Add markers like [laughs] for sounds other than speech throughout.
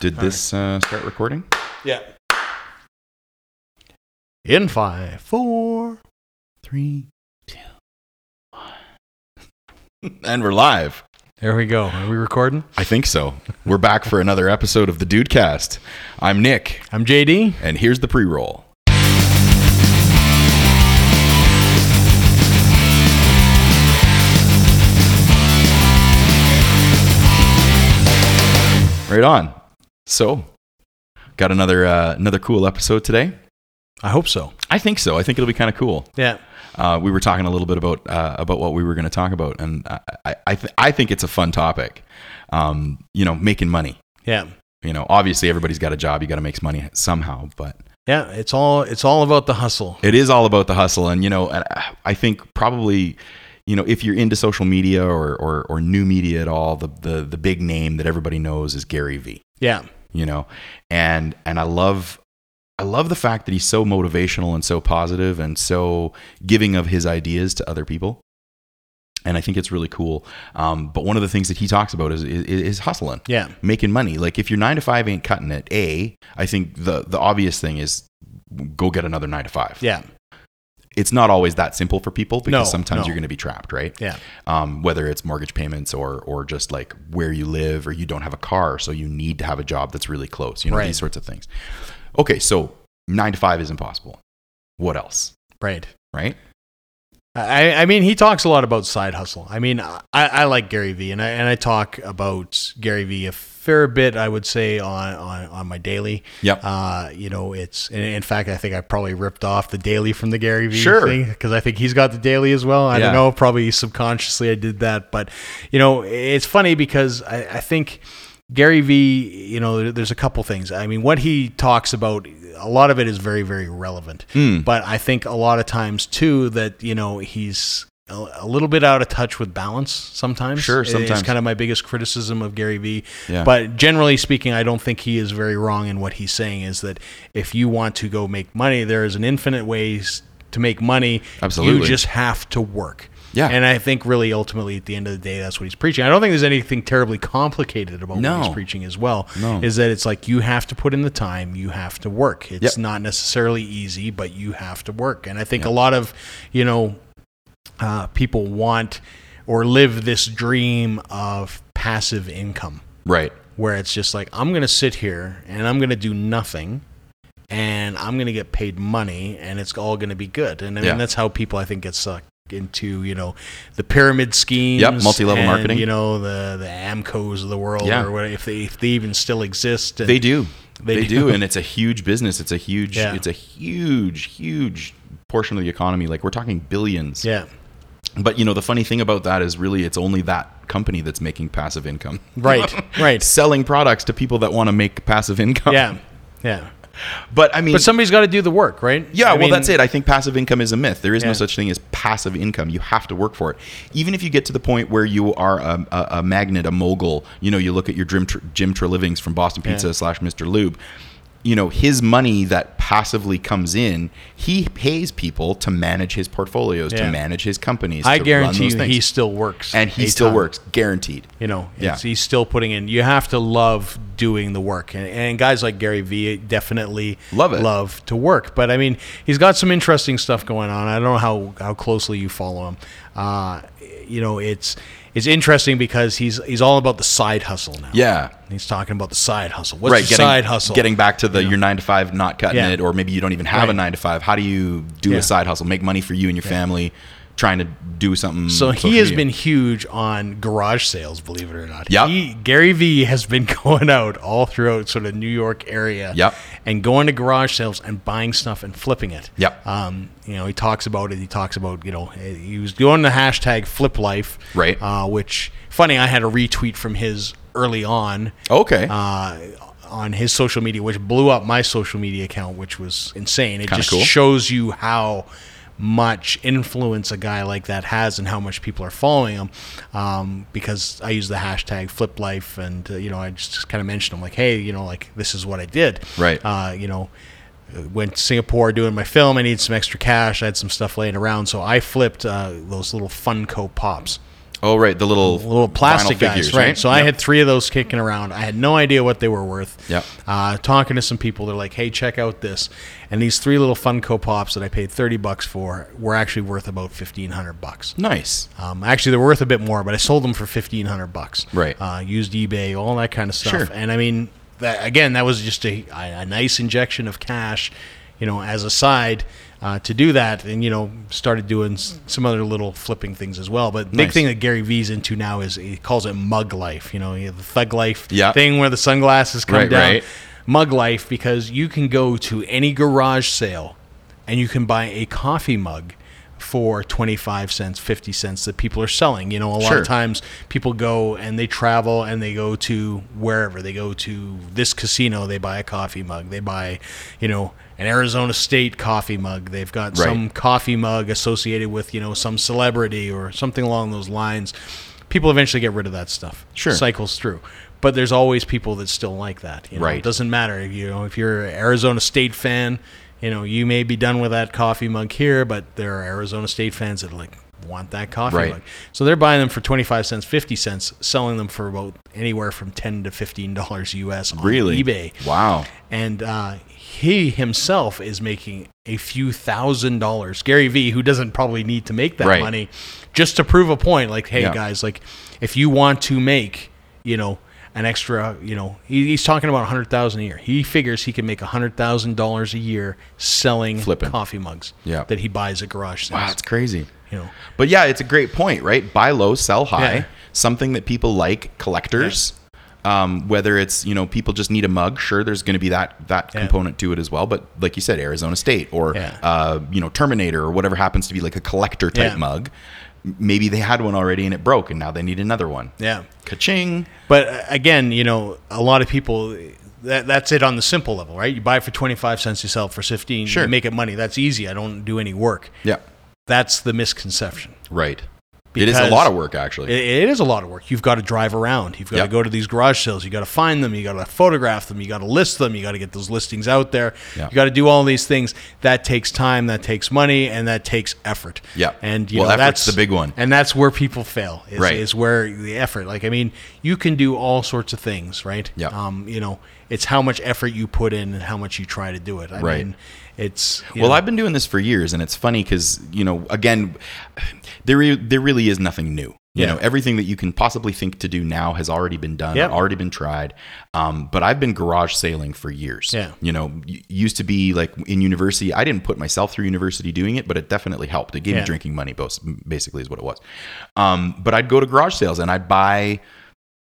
Did this uh, start recording? Yeah. In five, four, three. [laughs] And we're live. There we go. Are we recording? I think so. We're back for another episode of the Dudecast. I'm Nick, I'm JD. and here's the pre-roll. Right on. So, got another uh, another cool episode today. I hope so. I think so. I think it'll be kind of cool. Yeah. uh, we were talking a little bit about uh, about what we were going to talk about, and I I, I, th- I think it's a fun topic. Um, you know, making money. Yeah. You know, obviously everybody's got a job. You got to make some money somehow, but Yeah. It's all it's all about the hustle. it is all about the hustle. And you know, and I- I think probably. You know, if you're into social media or, or, or new media at all, the, the, the big name that everybody knows is Gary Vee. Yeah. you know and and i love i love the fact that he's so motivational and so positive and so giving of his ideas to other people and i think it's really cool um, but one of the things that he talks about is is, is hustling Yeah. making money like if your nine to five ain't cutting it a i think the the obvious thing is go get another nine to five Yeah. it's not always that simple for people because No, sometimes no. you're going to be trapped right Yeah. um, whether it's mortgage payments or or just like where you live or you don't have a car, so you need to have a job that's really close. You know Right. these sorts of things. Okay, so nine to five is impossible. What else? Right. Right? I, I mean, he talks a lot about side hustle. I mean, I, I like Gary Vee, and I, and I talk about Gary Vee a fair bit, I would say, on, on, on my daily. Yep. Uh, you know, it's, in, in fact, I think I probably ripped off the daily from the Gary Vee Sure. thing because I think he's got the daily as well. I Yeah. don't know, probably subconsciously I did that. But, you know, it's funny because I, I think. Gary Vee, you know, there's a couple things. I mean, what he talks about, a lot of it is very, very relevant Hmm. but I think a lot of times too that you know he's a, a little bit out of touch with balance sometimes. Sure, It's sometimes. kind of my biggest criticism of Gary Vee. Yeah. But generally speaking, I don't think he is very wrong in what he's saying. Is that if you want to go make money, there is an infinite ways to make money. Absolutely. you just have to work. Yeah. and I think really ultimately at the end of the day, that's what he's preaching. I don't think there's anything terribly complicated about No. what he's preaching as well. No. Is that it's like you have to put in the time, you have to work. It's Yep. not necessarily easy, but you have to work. And I think a lot of, you know, uh, people want or live this dream of passive income Right. where it's just like, I'm going to sit here and I'm going to do nothing and I'm going to get paid money and it's all going to be good. And I mean, Yeah. that's how people, I think, get sucked into you know the pyramid schemes multi-level and, marketing. you know the the amcos of the world Yeah. or whatever if they if they even still exist and- They do. They, They do. do. and it's a huge business. It's a huge Yeah. it's a huge huge portion of the economy. Like we're talking billions. yeah But you know the funny thing about that is really it's only that company that's making passive income. [laughs] Right, right. Selling products to people that want to make passive income. Yeah, yeah. [laughs] But I mean But somebody's got to do the work, right? Yeah, I well, mean, that's it. I think passive income is a myth. There is no Yeah. such thing as passive income. You have to work for it. Even if you get to the point where you are a, a, a magnet, a mogul, you know, you look at your Jim, Tr- Jim Trelivings from Boston Pizza slash Mr. Lube, you know, his money that passively comes in, he pays people to manage his portfolios, to Yeah. manage his companies. I to run guarantee those you, things. he still works, and he a still ton. works, guaranteed. You know, Yeah. it's, he's still putting in. You have to love doing the work, and, and guys like Gary Vee definitely Love it. love to work. But I mean, he's got some interesting stuff going on. I don't know how how closely you follow him. Uh, you know, it's it's interesting because he's he's all about the side hustle now. Yeah. he's talking about the side hustle. What's the getting, side hustle? Getting back to the your nine to five, not cutting Yeah. it, or maybe you don't even have a Right. nine to five. How do you do Yeah. a side hustle, make money for you and your family, trying to do something? So social he has media? been huge on garage sales, believe it or not. Yep. He, Gary Vee has been [laughs] going out all throughout sort of New York area. Yep. And going to garage sales and buying stuff and flipping it. Yep. Um, you know, he talks about it. He talks about, you know, he was doing the hashtag flip life. Right. Uh, which, funny, I had a retweet from his early on okay. uh, on his social media, which blew up my social media account, which was insane. It Kinda just cool. shows you how much influence a guy like that has and how much people are following him. Um, because I use the hashtag flip life and, uh, you know, I just kind of mentioned, I'm like, hey, you know, like this is what I did. Right. Uh, you know, went to Singapore doing my film. I needed some extra cash. I had some stuff laying around. So I flipped uh, those little Funko Pops. Oh right, the little little plastic vinyl guys, figures, right? So I Yep. had three of those kicking around. I had no idea what they were worth. Yep. Uh, talking to some people, they're like, "Hey, check out this," and these three little Funko Pops that I paid thirty bucks for were actually worth about fifteen hundred bucks. nice. Um, actually, they're worth a bit more, but I sold them for fifteen hundred bucks. Right. Uh, used eBay, all that kind of stuff. Sure. And I mean, that, again, that was just a, a nice injection of cash, you know, as a side uh, to do that, and you know, started doing s- some other little flipping things as well. But big Nice. thing that Gary Vee's into now is he calls it mug life. You know, you have the thug life Yeah. thing where the sunglasses come Right, down. right. Mug life because you can go to any garage sale and you can buy a coffee mug for 25 cents 50 cents that people are selling you know a lot Sure. of times people go and they travel and they go to wherever they go to this casino they buy a coffee mug they buy you know an arizona state coffee mug they've got Right. some coffee mug associated with you know some celebrity or something along those lines people eventually get rid of that stuff Sure. cycles through but there's always people that still like that you know? Right. it doesn't matter if you know if you're an arizona state fan you know you may be done with that coffee mug here but there are arizona state fans that like want that coffee Right. mug so they're buying them for 25 cents 50 cents selling them for about anywhere from 10 to 15 dollars us on Really? ebay Wow. and uh, he himself is making a few thousand dollars. Gary Vee, who doesn't probably need to make that Right. money, just to prove a point. Like, hey Yeah. guys, like if you want to make, you know, an extra, you know, he, he's talking about a hundred thousand a year. He figures he can make a hundred thousand dollars a year selling Flipping. coffee mugs Yeah. that he buys at garage sales. Wow, it's crazy. You know, But yeah, it's a great point, right? Buy low, sell high. Yeah. Something that people like, collectors. Um, whether it's you know people just need a mug, sure, there's going to be that that Yeah. component to it as well. But like you said, Arizona State or Yeah. uh, you know Terminator or whatever happens to be like a collector type Yeah. mug. M- Maybe they had one already and it broke, and now they need another one. yeah. Ka-ching. But uh, again, you know, a lot of people that that's it on the simple level, right? You buy it for 25 cents, you sell it for 15, Sure. you make it money. That's easy. I don't do any work. Yeah, That's the misconception. right. it is a Because- lot of work actually. It, it is a lot of work. You've got to drive around. You've got Yep. to go to these garage sales. You got to find them. You got to photograph them. You got to list them. You got to get those listings out there. Yeah. You got to do all these things. That takes time. That takes money, and that takes effort. Yeah. And you Well, know, effort's that's the big one. And that's where people fail. Is, Right. Is where the effort. Like I mean, you can do all sorts of things, right? Yeah. Um. You know, it's how much effort you put in and how much you try to do it. I Right. Mean, it's you Well, know, I've been doing this for years, and it's funny because you know, again, there re- there really is nothing new. You Yeah. know, everything that you can possibly think to do now has already been done, Yep. already been tried. Um, but I've been garage sailing for years. Yeah. You know, y- used to be like in university, I didn't put myself through university doing it, but it definitely helped. It gave me Yeah. drinking money, bas- basically, is what it was. Um, but I'd go to garage sales and I'd buy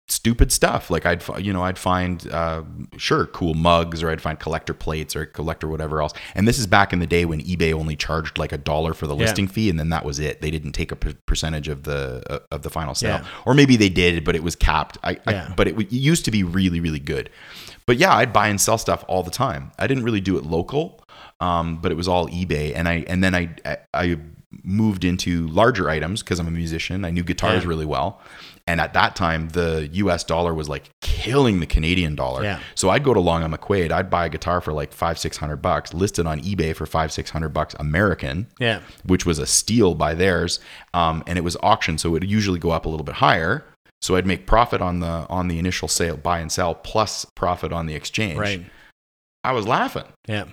stupid stuff. Like I'd, fi- you know, I'd find uh, sure cool mugs, or I'd find collector plates, or collector whatever else. And this is back in the day when eBay only charged like a dollar for the Yeah. listing fee, and then that was it. They didn't take a per- percentage of the uh, of the final sale, Yeah. or maybe they did, but it was capped. I, Yeah. I but it, w- it used to be really really good. But yeah, I'd buy and sell stuff all the time. I didn't really do it local, um, but it was all eBay, and I and then I I. I moved into larger items because I'm a musician. I knew guitars Yeah. really well. And at that time, the US dollar was like killing the Canadian dollar. Yeah. So I'd go to Long on McQuaid, I'd buy a guitar for like five, six hundred bucks, listed on eBay for five, six hundred bucks American, yeah. which was a steal by theirs. Um, and it was auctioned, so it would usually go up a little bit higher. So I'd make profit on the on the initial sale, buy and sell, plus profit on the exchange. Right. I was laughing. Yeah.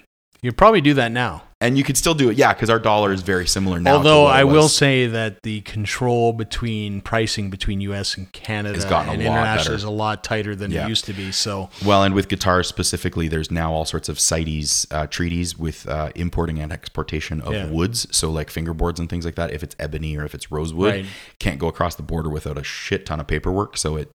You probably do that now. And you could still do it, yeah, because our dollar is very similar now. to Although what it I will was. say that the control between pricing between U.S. and Canada Has gotten a and lot better. international is a lot tighter than Yeah. it used to be. So Well, and with guitars specifically, there's now all sorts of CITES uh, treaties with uh, importing and exportation of Yeah. woods. So, like fingerboards and things like that, if it's ebony or if it's rosewood, Right. can't go across the border without a shit ton of paperwork. So, it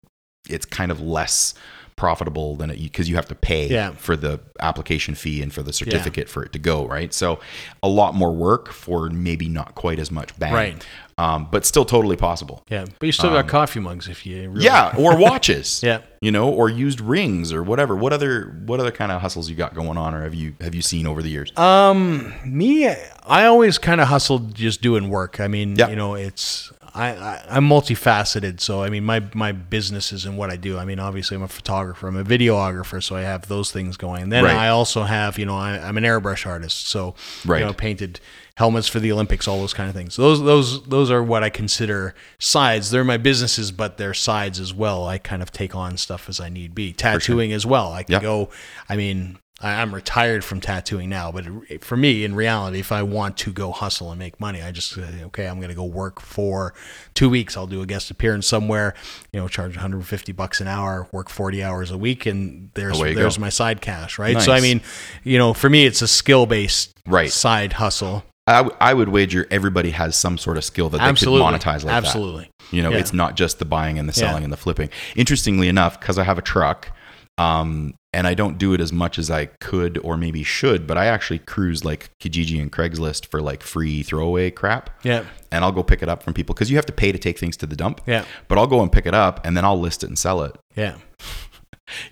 it's kind of less profitable than it because you have to pay Yeah. for the application fee and for the certificate for it to go, right? So, a lot more work for maybe not quite as much bang. Right. Um, but still totally possible. yeah, but you still got coffee mugs if you really, Um, Yeah, or watches. [laughs] Yeah. you know, or used rings or whatever. What other what other kind of hustles you got going on, or have you have you seen over the years? Uh, Um, me, I always kind of hustled just doing work. I mean, Yeah. you know, it's I, I I'm multifaceted, so I mean my my businesses and what I do. I mean, obviously I'm a photographer, I'm a videographer, so I have those things going. And then Right. I also have you know I, I'm an airbrush artist, so Right. you know painted helmets for the Olympics, all those kind of things. Those those those are what I consider sides. They're my businesses, but they're sides as well. I kind of take on stuff as I need be. Tattooing as well. I can Yeah. go. I mean. I- I'm retired from tattooing now, but it- for me, in reality, if I want to go hustle and make money, I just say, okay, I'm going to go work for two weeks. I'll do a guest appearance somewhere, you know, charge 150 bucks an hour, work 40 hours a week, and there's Away you there's go. my side cash, right? So I Nice. mean, you know, for me, it's a skill based Right. side hustle. I, w- I would wager everybody has some sort of skill that they Absolutely, could monetize like that. absolutely. You know, Yeah. it's not just the buying and the Yeah. selling and the flipping. Interestingly enough, because I have a truck, um, and I don't do it as much as I could or maybe should, but I actually cruise like Kijiji and Craigslist for like free throwaway crap. Yeah, And I'll go pick it up from people because you have to pay to take things to the dump. Yeah. But I'll go and pick it up and then I'll list it and sell it. yeah,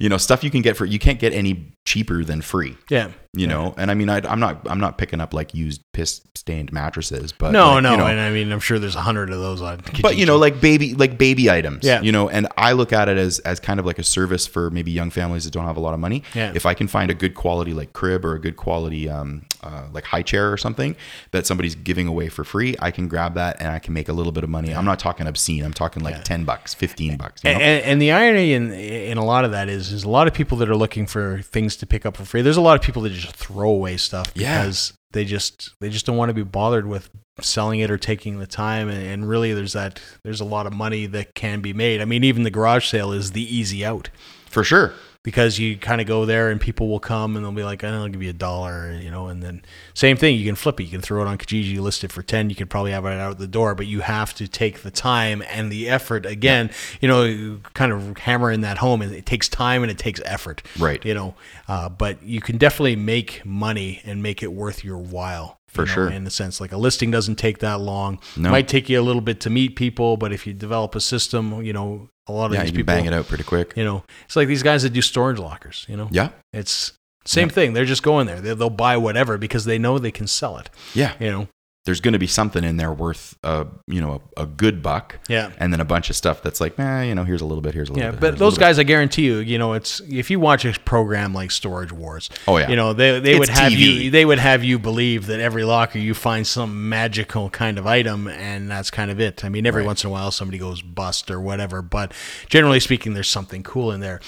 You know, stuff you can get for you can't get any cheaper than free. yeah. You know, and I mean, I, I'm not I'm not picking up like used piss stained mattresses, but No, like, no, you know, and I mean, I'm sure there's a hundred of those on. but you know like baby like baby items Yeah. you know and i look at it as as kind of like a service for maybe young families that don't have a lot of money Yeah. if i can find a good quality like crib or a good quality um, uh, like high chair or something that somebody's giving away for free i can grab that and i can make a little bit of money i'm not talking obscene i'm talking like 10 bucks 15 bucks you know? And, and the irony in in a lot of that is is a lot of people that are looking for things to pick up for free. There's a lot of people that just throw away stuff Yeah. because they just they just don't want to be bothered with selling it or taking the time. And, and really, there's that there's a lot of money that can be made. I mean, even the garage sale is the easy out for sure because you kind of go there and people will come and they'll be like, "Eh, "I'll give you a dollar," you know. And then same thing, you can flip it, you can throw it on Kijiji, you list it for ten. You could probably have it out the door, but you have to take the time and the effort. Again, you know, kind of hammering that home, and it takes time and it takes effort, Right. You know, uh, but you can definitely make money and make it worth your while. For you know, sure. in a sense, like a listing doesn't take that long. No. Might take you a little bit to meet people, but if you develop a system, you know, a lot of yeah these you can people bang it out pretty quick you know, it's like these guys that do storage lockers. You know, yeah it's same thing. They're just going there. They, they'll buy whatever because they know they can sell it. yeah You know. there's going to be something in there worth uh you know a, a good buck Yeah. and then a bunch of stuff that's like, eh, you know, here's a little bit, here's a little Yeah, bit. but here's a those little bit. guys, I guarantee you, you know, it's if you watch a program like Storage Wars, Oh, yeah. you know, they they It's would have TV. you they would have you believe that every locker you find some magical kind of item, and that's kind of it. I mean, every Right. once in a while somebody goes bust or whatever, but generally speaking, there's something cool in there.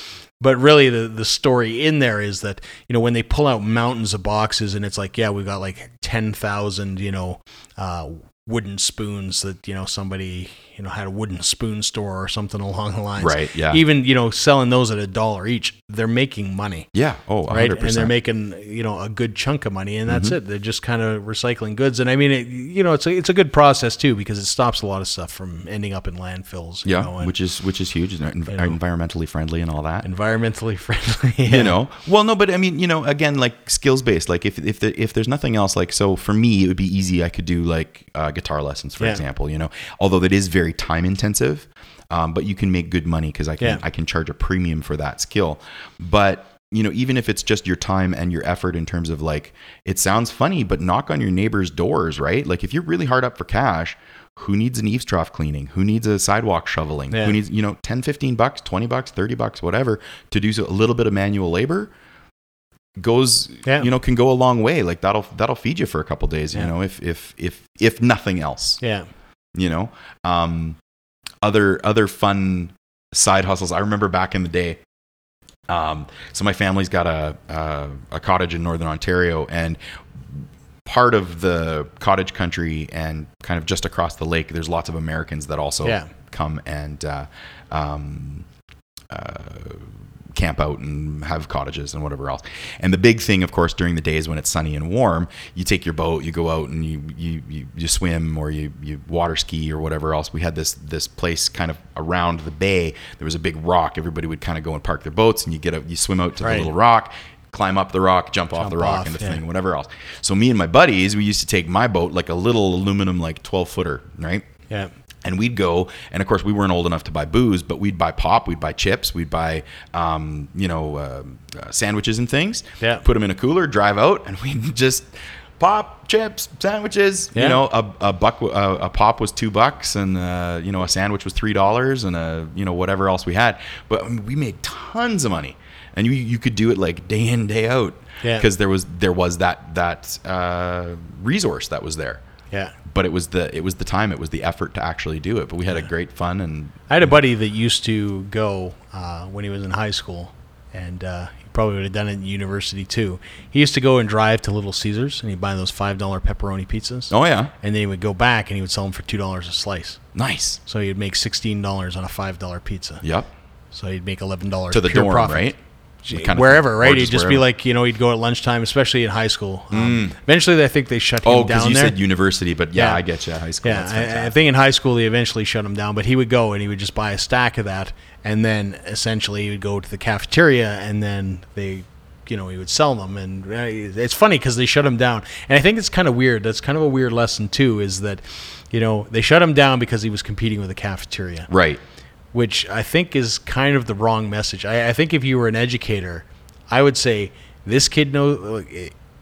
But really, the the story in there is that you know when they pull out mountains of boxes, and it's like, yeah, we've got like ten thousand, you know. Uh, wooden spoons that you know somebody you know had a wooden spoon store or something [laughs] along the lines Right, yeah. even you know selling those at a dollar each they're making money yeah, oh, 100%. right and they're making you know a good chunk of money and that's Mm-hmm. it they're just kind of recycling goods and i mean it, you know it's a, it's a good process too because it stops a lot of stuff from ending up in landfills you yeah, know, and which is which is huge, and env- environmentally friendly and all that. environmentally [laughs] friendly you know well no but i mean you know again like skills based like if if there, if there's nothing else like so for me it would be easy i could do like uh, guitar lessons for Yeah. example you know although that is very time intensive um, but you can make good money because i can Yeah. i can charge a premium for that skill but you know even if it's just your time and your effort in terms of like it sounds funny but knock on your neighbor's doors right like if you're really hard up for cash who needs an eaves trough cleaning who needs a sidewalk shoveling Yeah. who needs you know 10 15 bucks 20 bucks 30 bucks whatever to do so, a little bit of manual labor goes Yeah. you know can go a long way like that'll that'll feed you for a couple days you Yeah. know if if if if nothing else yeah you know um other other fun side hustles i remember back in the day um so my family's got a uh, a cottage in northern ontario and part of the cottage country and kind of just across the lake there's lots of americans that also Yeah. come and uh um camp out and have cottages and whatever else. And the big thing, of course, during the days when it's sunny and warm, you take your boat, you go out and you you you, you swim or you you water ski or whatever else. We had this this place kind of around the bay. There was a big rock. Everybody would kind of go and park their boats, and you get a you swim out to Right. the little rock. Climb up the rock, jump, off the rock, off, and the yeah. thing, whatever else. So me and my buddies, we used to take my boat, like a little aluminum, like twelve footer, right? yeah and we'd go and of course we weren't old enough to buy booze but we'd buy pop we'd buy chips we'd buy um, you know uh, uh, sandwiches and things Yeah. put them in a cooler drive out and [laughs] we'd just pop chips sandwiches you Yeah. know a, a buck w- a, a pop was two bucks and uh, you know a sandwich was three dollars and a you know whatever else we had but I mean, we made tons of money and you you could do it like day in day out Yeah. because there was there was that that uh, resource that was there Yeah. but it was the it was the time it was the effort to actually do it but we had a great fun and I had a buddy that used to go uh, when he was in high school, and uh, he probably would have done it in university too. He used to go and drive to Little Caesars and he'd buy those $5 pepperoni pizzas. oh yeah And then he would go back and he would sell them for $2 a slice. nice So he'd make $16 on a $5 pizza. yep So he'd make $11 to the pure dorm profit. right Kind of wherever, thing. right? Or He'd just wherever. be Mm. like, you know, he'd go at lunchtime, especially in high school. Um, Eventually, I think they shut him Oh, because down you there. said university, but yeah, Yeah. I get you. High school. Yeah, that's I, I fantastic. think in high school they eventually shut him down, but he would go and he would just buy a stack of that, and then essentially he would go to the cafeteria, and then they, you know, he would sell them. And uh, it's funny because they shut him down, and I think it's kind of weird. That's kind of a weird lesson too, is that, you know, they shut him down because he was competing with the cafeteria, right. which I think is kind of the wrong message. I, I think if you were an educator, I would say this kid knows.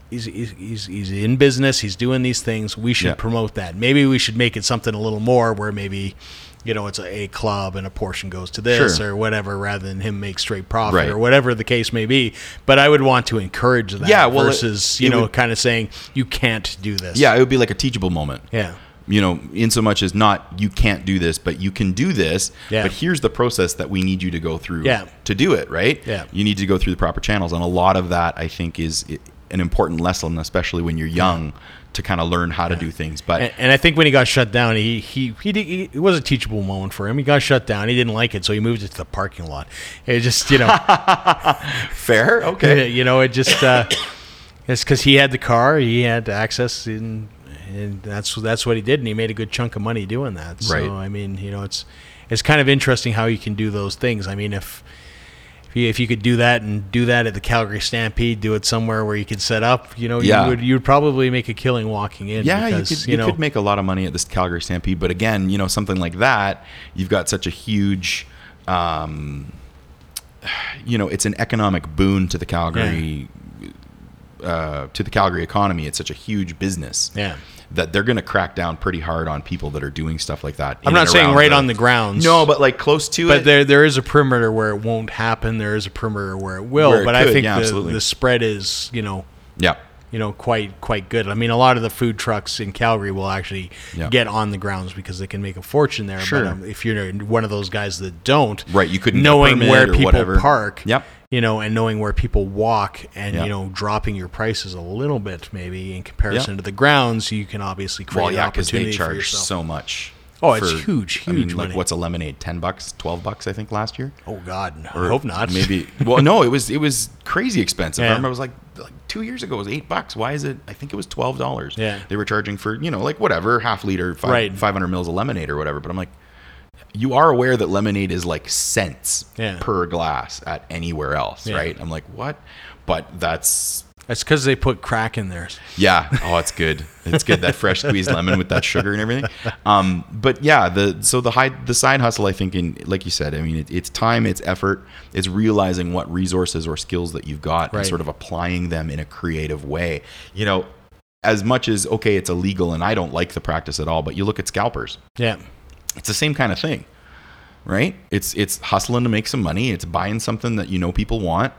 He's, he's, he's, he's in business. He's doing these things. We should Yeah. promote that. Maybe we should make it something a little more where maybe, you know, it's a, a club and a portion goes to this Sure. or whatever, rather than him make straight profit Right. or whatever the case may be. But I would want to encourage that. Yeah, well, it- versus you it know, would- kind of saying you can't do this. Yeah, it would be like a teachable moment. yeah, You know, in so much as not you can't do this, but you can do this. Yeah. But here's the process that we need you to go through Yeah. to do it, right? Yeah. You need to go through the proper channels. And a lot of that, I think, is i- an important lesson, especially when you're young, to kind of learn how to do things. But And, and I think when he got shut down, he he he, did, he it was a teachable moment for him. He got shut down. He didn't like it, so he moved it to the parking lot. It just [laughs] you know [laughs] fair, okay. you know it just uh, it's because he had the car, he had access, and and that's that's what he did, and he made a good chunk of money doing that. So Right. I mean, you know, it's it's kind of interesting how you can do those things. I mean, if if you, if you could do that and do that at the Calgary Stampede, do it somewhere where you could set up, you know, Yeah. you would you'd probably make a killing walking in. Yeah, because, you could you, know, could make a lot of money at this Calgary Stampede, but again, you know something like that, you've got such a huge, um, you know, it's an economic boon to the Calgary, uh, to the Calgary economy. It's such a huge business yeah. that they're going to crack down pretty hard on people that are doing stuff like that. I'm in not and saying around right on the grounds. no, but like close to but it. there there is a perimeter where it won't happen. There is a perimeter where it will. Where it but I could, think yeah, the, absolutely. the spread is you know yeah, you know quite quite good. I mean, a lot of the food trucks in Calgary will actually Yeah. get on the grounds because they can make a fortune there. Sure. But um, if you're one of those guys that don't, Right, you couldn't get a knowing permit where or people whatever. park. Yep. You know, and knowing where people walk, and Yeah. you know, dropping your prices a little bit maybe in comparison to the grounds, you can obviously create well, an yeah, because opportunity they for charge yourself. so much. Oh, it's huge, I mean, huge like money. what's a lemonade? Ten bucks, twelve bucks, I think last year. oh God, I hope not. Maybe. Well, no, it was it was crazy expensive. I Yeah. remember it was like, like two years ago it was eight bucks. Why is it? I think it was twelve dollars. Yeah. They were charging for you know like whatever half liter, five, Right. five hundred mils of lemonade or whatever. But I'm like, you are aware that lemonade is like cents Yeah. per glass at anywhere else, Yeah. right? I'm like, what? But that's That's because they put crack in there. yeah. Oh, it's good. It's good. That fresh squeezed lemon with that sugar and everything. Um, but yeah, the so the high the side hustle, I think, in like you said, I mean, it, it's time, it's effort, it's realizing what resources or skills that you've got Right. and sort of applying them in a creative way. You know, as much as okay, it's illegal and I don't like the practice at all, but you look at scalpers, Yeah. it's the same kind of thing, right? It's it's hustling to make some money. It's buying something that you know people want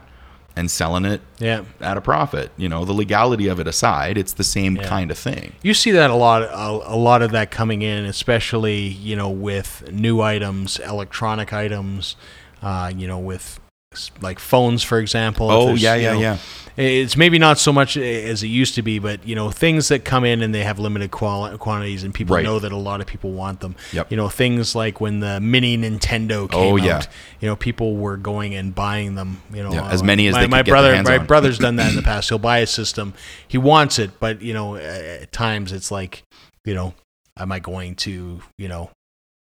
and selling it Yeah. at a profit. You know, the legality of it aside, it's the same kind of thing. You see that a lot, a, a lot of that coming in, especially you know with new items, electronic items, uh, you know with s- like phones, for example. if Oh there's, yeah, you yeah, know, yeah. It's maybe not so much as it used to be, but you know things that come in and they have limited quali- quantities, and people Right. know that a lot of people want them. Yep. You know things like when the mini Nintendo came Oh, out, yeah. you know people were going and buying them. You know Yeah, as many as my, they could my get their brother, hands my on. brother's done that in the past. He'll buy a system, he wants it, but you know at times it's like you know am I going to you know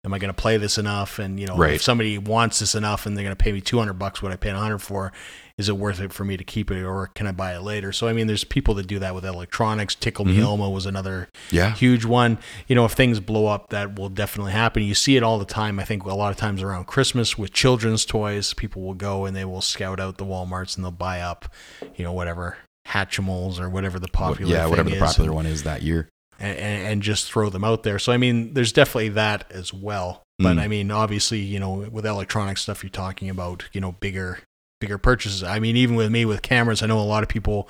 am I going to play this enough? And you know, Right. if somebody wants this enough and they're going to pay me two hundred bucks, what I paid a hundred for, is it worth it for me to keep it, or can I buy it later? So I mean, there's people that do that with electronics. Tickle Mm-hmm. Me Elmo was another Yeah. huge one. You know, if things blow up, that will definitely happen. You see it all the time. I think a lot of times around Christmas with children's toys, people will go and they will scout out the WalMarts and they'll buy up, you know, whatever Hatchimals or whatever the popular yeah, thing whatever the is popular and, one is that year. and, and and just throw them out there. So I mean, there's definitely that as well. But Mm. I mean, obviously, you know, with electronic stuff, you're talking about you know bigger bigger purchases. I mean, even with me with cameras, I know a lot of people.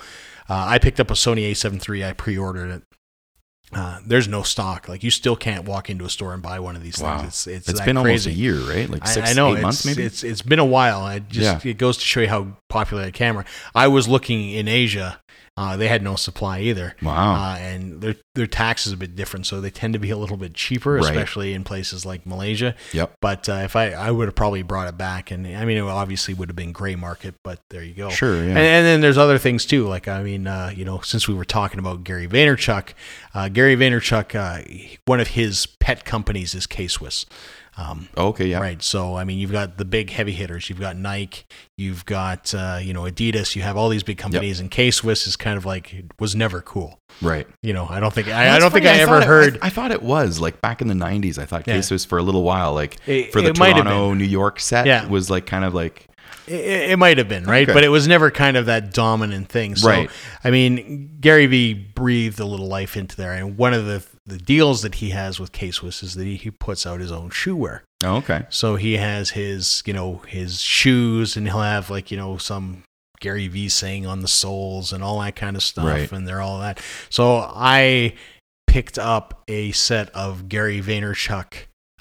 Uh, I picked up a Sony A7 III. I pre-ordered it. Uh, there's no stock. Like you still can't walk into a store and buy one of these Wow. things. It's it's, it's that been almost crazy. a year, right? Like I- six, I, know eight it's, months, maybe. It's it's been a while. I just it goes to show you how popular the camera. I was looking in Asia. Uh, they had no supply either. wow. Uh, and their their tax is a bit different, so they tend to be a little bit cheaper, Right. especially in places like Malaysia. yep. But uh, if I I would have probably brought it back, and I mean it obviously would have been gray market, but there you go. Sure. Yeah. And, and then there's other things too. Like I mean, uh, you know, since we were talking about Gary Vaynerchuk, uh, Gary Vaynerchuk, uh, one of his pet companies is K Swiss. Um, okay. Yeah. Right. So I mean, you've got the big heavy hitters. You've got Nike. You've got uh, you know Adidas. You have all these big companies, and K Swiss is kind of like it was never cool. Right. You know, I don't think I, I That's don't think funny, I, ever thought it- heard. I, thought it was like back in the '90s. I thought Yeah. Cases for a little while, like It- for the it might have Toronto, New York set, Yeah. was like kind of like It, it might have been right, Okay. but it was never kind of that dominant thing. So, Right. I mean, Gary Vee breathed a little life into there, and one of the the deals that he has with K Swiss is that he, he puts out his own shoe wear. oh, okay, [laughs] So he has his, you know, his shoes, and he'll have like, you know, some Gary Vee saying on the soles and all that kind of stuff, Right. and they're all that. So I picked up a set of Gary Vaynerchuk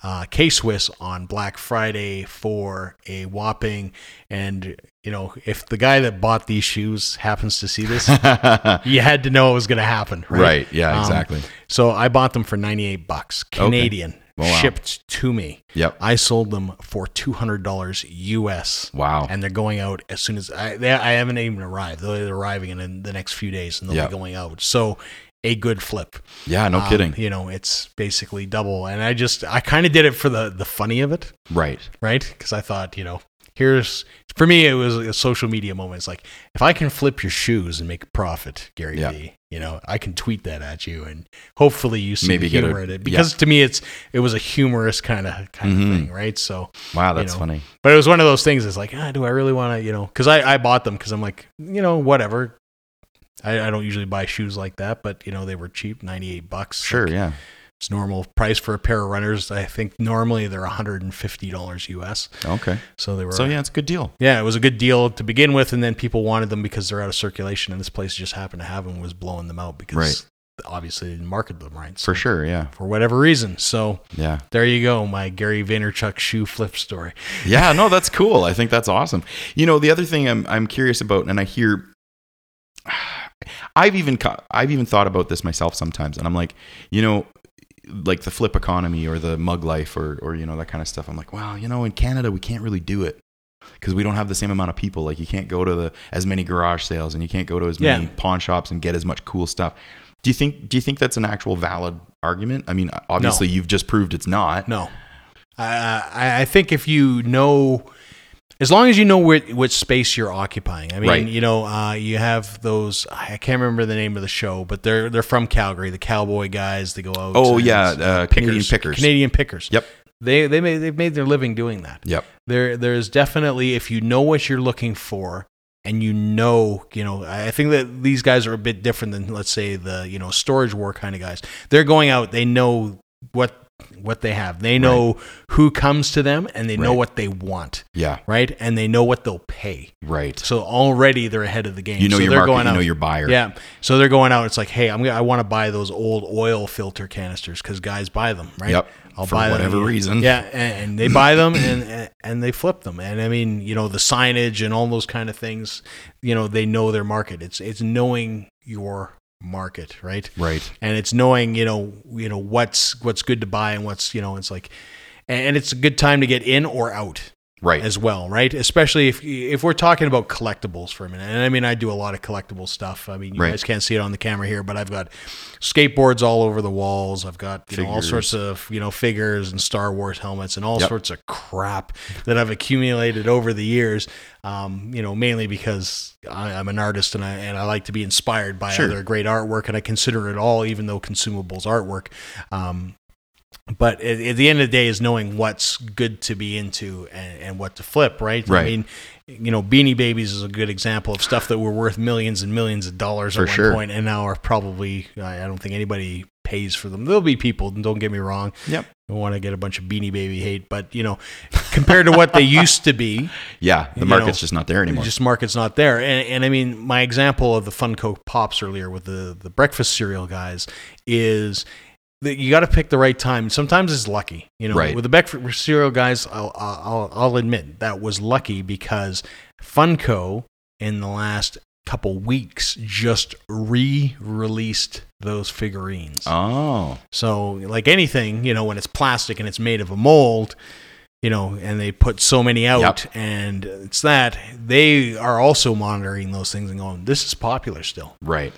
uh, K Swiss on Black Friday for a whopping, and you know, if the guy that bought these shoes happens to see [laughs] this, right. you had to know it was going to happen, right? Yeah. Um, exactly. So I bought them for ninety eight bucks Canadian, Wow. shipped to me. Yep. I sold them for two hundred dollars US, Wow. and they're going out as soon as I. They, I haven't even arrived. They're arriving in, the next few days, and they'll Yep. be going out. So, a good flip. yeah. No Um, kidding. You know, it's basically double. And I just, I kind of did it for the the funny of it, Right. right? Because I thought, you know, here's for me, it was a social media moment. It's like if I can flip your shoes and make a profit, Gary Yeah. Vee, You know, I can tweet that at you, and hopefully you see Maybe the get a- humor in it. yeah. Because to me, it's it was a humorous kind of kind Mhm. of thing, right? So. Wow. That's know. funny. But it was one of those things. It's like, ah, do I really want to, you know? Because I, I bought them because I'm like, you know, whatever. I, I don't usually buy shoes like that, but you know, they were cheap, ninety eight bucks. Sure. Like, Yeah. it's normal price for a pair of runners. I think normally they're one hundred and fifty dollars US. Okay. So they were. So yeah, it's a good deal. Yeah, it was a good deal to begin with, and then people wanted them because they're out of circulation, and this place just happened to have them was blowing them out because Right. obviously they didn't market them right For sure. Yeah. for whatever reason. So Yeah. there you go, my Gary Vaynerchuk shoe flip story. yeah, no, that's cool. I think that's awesome. You know, the other thing I'm I'm curious about, and I hear, [sighs] I've even co- I've even thought about this myself sometimes, and I'm like, you know, like the flip economy or the mug life or or you know that kind of stuff. I'm like, well, you know, in Canada we can't really do it because we don't have the same amount of people. Like you can't go to the as many garage sales and you can't go to as many Yeah. pawn shops and get as much cool stuff. Do you think do you think that's an actual valid argument? I mean, obviously you've just proved it's not. No, I, I I think if you know, as long as you know where, which space you're occupying. I mean, Right. you know, uh, you have those. I can't remember the name of the show, but they're they're from Calgary. The cowboy guys. They go out. Oh and- yeah, uh, Canadian pickers. Canadian pickers. Yep. They they made they've made their living doing that. Yep. There there's definitely if you know what you're looking for and you know, you know, I I think that these guys are a bit different than let's say the, you know, storage war kind of guys. They're going out, they know what what they have. They know who comes to them and they know Right. what they want, Yeah. right? And they know what they'll pay. Right. So already they're ahead of the game. You know so your they're market. going you out. know your buyer. Yeah. So they're going out. It's like, hey, I'm gonna, I want to buy those old oil filter canisters because guys buy them, right? Yep. I'll For buy them. whatever reason. Yeah, [laughs] and, and they buy them and and they flip them. And I mean, you know, the signage and all those kind of things. You know, they know their market. It's it's knowing your market, right? Right. and it's knowing you know you know what's what's good to buy and what's you know it's like and it's a good time to get in or out Right. as well right especially if if we're talking about collectibles for a minute and i mean i do a lot of collectible stuff i mean you Right. guys can't see it on the camera here but i've got skateboards all over the walls i've got you know, all Figures. sorts of you know figures and star wars helmets and all Yep. sorts of crap that i've accumulated over the years um, you know mainly because I, i'm an artist and i and i like to be inspired by Sure. other great artwork and i consider it all even though consumables artwork um, but at, at the end of the day is knowing what's good to be into and, and what to flip right i Right. mean you know, Beanie Babies is a good example of stuff that were worth millions and millions of dollars For at one sure. point and now are probably, I I don't think anybody pays for them. There'll be people, don't get me wrong, Yep. who want to get a bunch of Beanie Baby hate, but, you know, compared to what they [laughs] used to be, Yeah. The You market's know, just not there anymore. just market's not there. And, and I mean, my example of the Funko Pops earlier with the, the breakfast cereal guys is that you got to pick the right time. Sometimes it's lucky, you know. Right. With the breakfast cereal guys, I'll, I'll I'll admit that was lucky because Funko in the last couple weeks just re-released those figurines. oh. So, like anything, you know, when it's plastic and it's made of a mold, you know, and they put so many out and it's that, they are also monitoring those things and going, this is popular still. Right.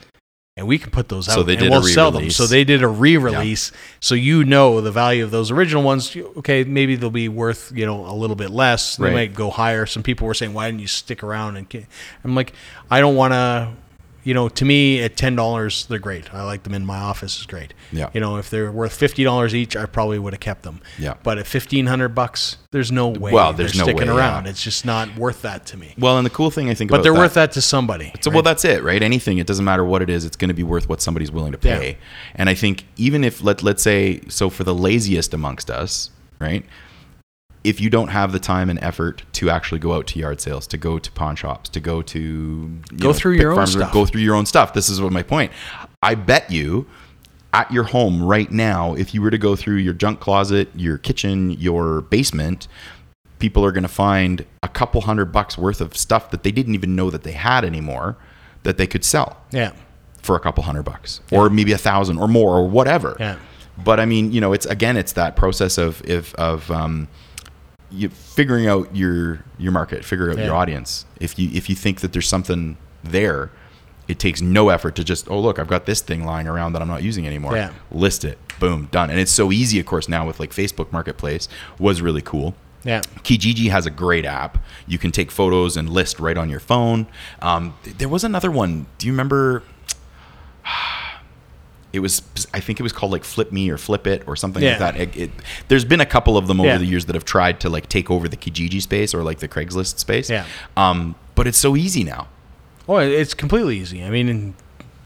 And we can put those out So they and did a we'll sell them. re-release. So they did a re release. So you know the value of those original ones. You- Okay, maybe they'll be worth, you know, a little bit less. They Right. might go higher. Some people were saying, why didn't you stick around? And ca-" I'm like, I don't want to, you know, to me at $10, they're great. I like them in my office, it's great. Yeah. You know, if they're worth fifty dollars each, I probably would have kept them. Yeah. But at fifteen hundred bucks, there's no way. Well, there's they're no sticking way, around. yeah. It's just not worth that to me. Well, and the cool thing I think But about they're that- worth that to somebody. So well, that's it, right? Anything, it doesn't matter what it is, it's going to be worth what somebody's willing to pay. Yeah. And I think even if let let's say so for the laziest amongst us, right? If you don't have the time and effort to actually go out to yard sales, to go to pawn shops, to go to you Go through pick your own farms or stuff. go through your own stuff. This is what my point. I bet you at your home right now, if you were to go through your junk closet, your kitchen, your basement, people are going to find a couple hundred bucks worth of stuff that they didn't even know that they had anymore that they could sell yeah. for a couple hundred bucks or maybe a thousand or more or whatever. Yeah. But I mean, you know, it's again, it's that process of if of um, you figuring out your your market, figure out Yeah. your audience. If you if you think that there's something there, it takes no effort to just oh look, I've got this thing lying around that I'm not using anymore. Yeah. List it, boom, done. And it's so easy, of course, now with like Facebook Marketplace was really cool. Yeah. Kijiji has a great app. You can take photos and list right on your phone. Um, th- there was another one. Do you remember? [sighs] It was, I think it was called like Flip Me or Flip It or something like Yeah. that. It, it, there's been a couple of them over Yeah. the years that have tried to like take over the Kijiji space or like the Craigslist space. Yeah. Um, but it's so easy now. Oh, it's completely easy. I mean, and,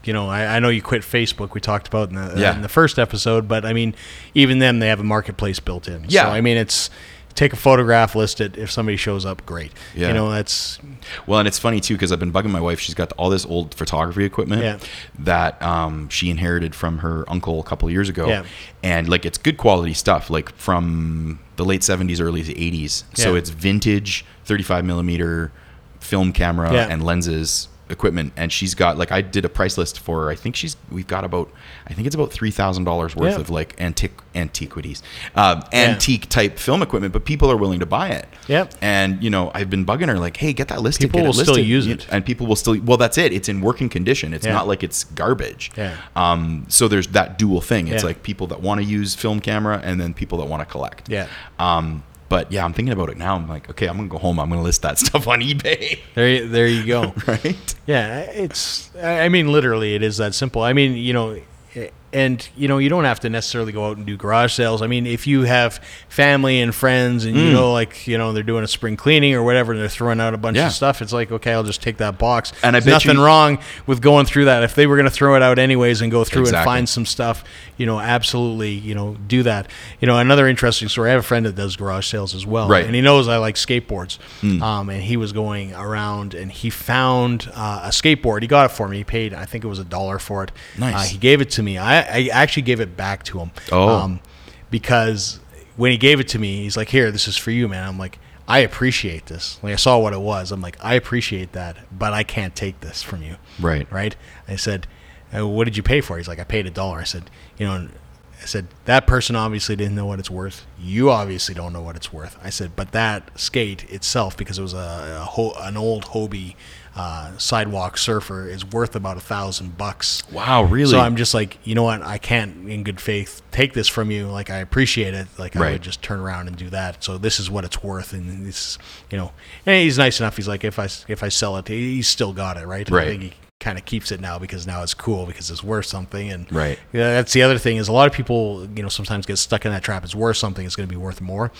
you know, I, I know you quit Facebook. We talked about in the Yeah. in the first episode, but I mean, even them, they have a marketplace built in. Yeah. So, I mean, it's take a photograph, list it. If somebody shows up, great. Yeah. You know, that's Well, and it's funny too because I've been bugging my wife. She's got all this old photography equipment Yeah. that um, she inherited from her uncle a couple years ago, Yeah. and like it's good quality stuff, like from the late seventies, early eighties. So Yeah. it's vintage thirty-five millimeter film camera Yeah. and lenses equipment and she's got like I did a price list for her. I think she's we've got about I think it's about three thousand dollars worth Yeah. of like antique antiquities um, Yeah. antique type film equipment but people are willing to buy it Yep. and you know I've been bugging her like hey get that list People get will still listed. use You- it. and people will still. Well, that's it. It's in working condition. It's Yeah. not like it's garbage. Yeah. Um. So there's that dual thing. It's Yeah. like people that want to use film camera and then people that want to collect. Yeah. Um. But yeah, I'm thinking about it now. I'm like, okay, I'm gonna go home. I'm gonna list that [laughs] stuff on eBay. there. you- There you go. [laughs] right. Yeah, it's. I I mean, literally, it is that simple. I mean, you know, and you know, you don't have to necessarily go out and do garage sales. I mean, if you have family and friends, and you Mm. know, like you know, they're doing a spring cleaning or whatever, and they're throwing out a bunch Yeah. of stuff. It's like, okay, I'll just take that box. And I There's bet you- nothing wrong with going through that. If they were going to throw it out anyways and go through and Exactly. find some stuff, you know, absolutely, you know, do that. You know, another interesting story. I have a friend that does garage sales as well, Right. Hmm. And he knows I like skateboards. Um, and he was going around and he found uh, a skateboard. He got it for me. He paid, I think it was a dollar for it. Nice. Uh, he gave it to me. I, I actually gave it back to him. Um, Oh. because when he gave it to me, he's like, here, this is for you, man. I'm like, I appreciate this. Like, I saw what it was. I'm like, I appreciate that, but I can't take this from you Right. right? I said, uh, what did you pay for? it?" He's like, I paid a dollar. I said, you know, I said, that person obviously didn't know what it's worth. You obviously don't know what it's worth. I said, but that skate itself, because it was a, a ho- an old Hobie uh, sidewalk surfer, is worth about a thousand bucks. Wow. Really. So I'm just like, you know what? I can't, in good faith, take this from you. Like I appreciate it. Like I Right. would just turn around and do that. So this is what it's worth, and this, you know, and he's nice enough. He's like, if I if I sell it, he's still got it, right? Right. I think he kind of keeps it now because now it's cool because it's worth something, and Right. Yeah, that's the other thing is a lot of people, you know, sometimes get stuck in that trap. It's worth something. It's going to be worth more,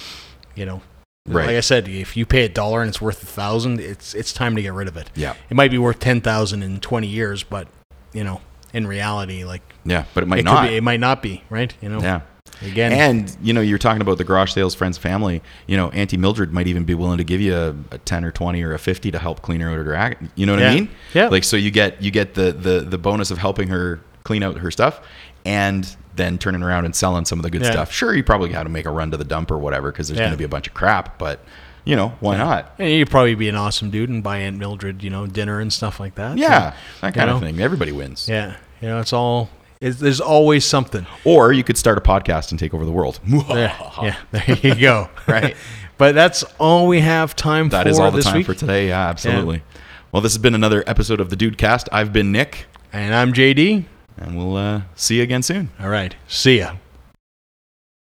you know. Right. Like I said, if you pay a dollar and it's worth a thousand, it's it's time to get rid of it. Yeah. It might be worth ten thousand in twenty years, but you know, in reality, like Yeah, but it might it not. could be, it might not be, right? You know. yeah. Again, And you know, you're talking about the garage sales friends family. You know, Auntie Mildred might even be willing to give you a, a ten or twenty or a fifty to help clean her out her attic. You know what I Yeah. mean? Yeah. Like so, you get you get the the the bonus of helping her clean out her stuff, and then turning around and selling some of the good Yeah. stuff. Sure, you probably got to make a run to the dump or whatever because there's Yeah. going to be a bunch of crap. But you know, why not? and you'd probably be an awesome dude and buy Aunt Mildred, you know, dinner and stuff like that. Yeah, that you kind of know? thing. Everybody wins. Yeah. You know, it's all. It's, there's always something. Or you could start a podcast and take over the world. [laughs] There, yeah, there you go. Right. [laughs] but that's all we have time for That is all the this time week. for today. Yeah, absolutely. Well, this has been another episode of the Dude Cast. I've been Nick, and I'm JD. and we'll uh, see you again soon. All right. See ya.